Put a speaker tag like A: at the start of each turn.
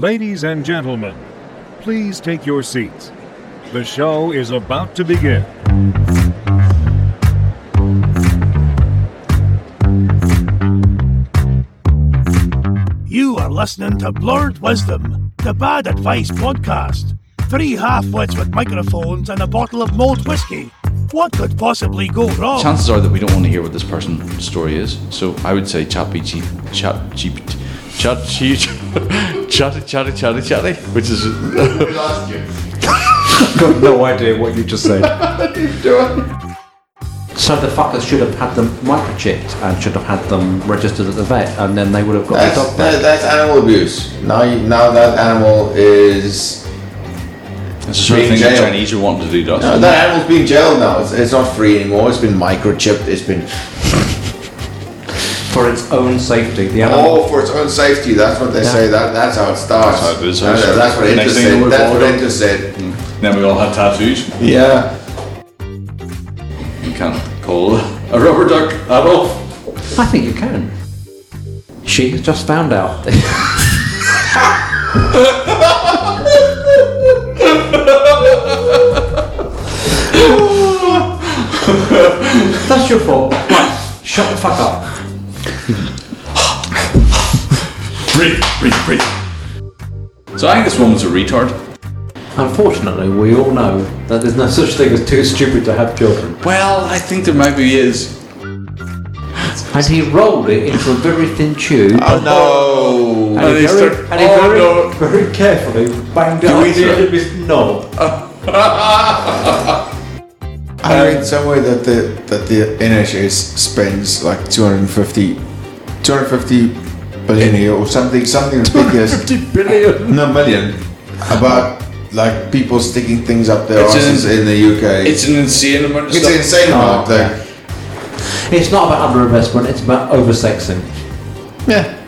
A: Ladies and gentlemen, please take your seats. The show is about to begin.
B: You are listening to Blurred Wisdom, the Bad Advice podcast. Three half-wits with microphones and a bottle of mulled whiskey. What could possibly go wrong?
C: Chances are that we don't want to hear what this person's story is. So I would say chat BG, chat GP, chat GP, chat chatty chatty chatty, which is
D: got no idea what you just said.
E: So the fuckers should have had them microchipped and should have had them registered at the vet, and then they would have got
F: That's,
E: their dog
F: that-
E: back.
F: that's animal abuse. Now, you, now that animal is
C: it's the sort of thing the Chinese are wanting to do to us.
F: no, that animal's being jailed now. It's, it's not free anymore. It's been microchipped. It's been
E: for its own safety. The animal.
F: all for its own safety. That's what they say. That that's how it starts.
C: That's how it is.
F: That- That's, what
C: Next
F: Inter
C: thing you know,
F: said. That's what
C: we've all
F: Inter said.
C: Then we all had tattoos.
F: Yeah.
C: You can't call a rubber duck Adolf.
E: I think you can. She has just found out. That's your fault. Right, shut the fuck up.
C: Breathe, breathe, breathe. So I think this woman's a retard.
E: Unfortunately, we all know that there's no such thing as too stupid to have children.
C: Well, I think there might be is.
E: And he rolled it into a very thin tube.
F: Oh
E: And, he
C: And he
E: very,
C: started-
E: and he
C: oh,
E: very,
C: no.
E: very carefully banged out
C: we
E: the
C: try-
E: end of his knob.
F: no! I read somewhere that the that the NHS spends like 250, 250 billion a year or something something ridiculous.
E: billion.
F: No million. About like people sticking things up their
C: It's an-
F: asses in the UK.
C: It's an insane amount of
F: It's
C: stuff.
F: insane amount.
E: It's not about underinvestment, it's about oversexing.
F: yeah.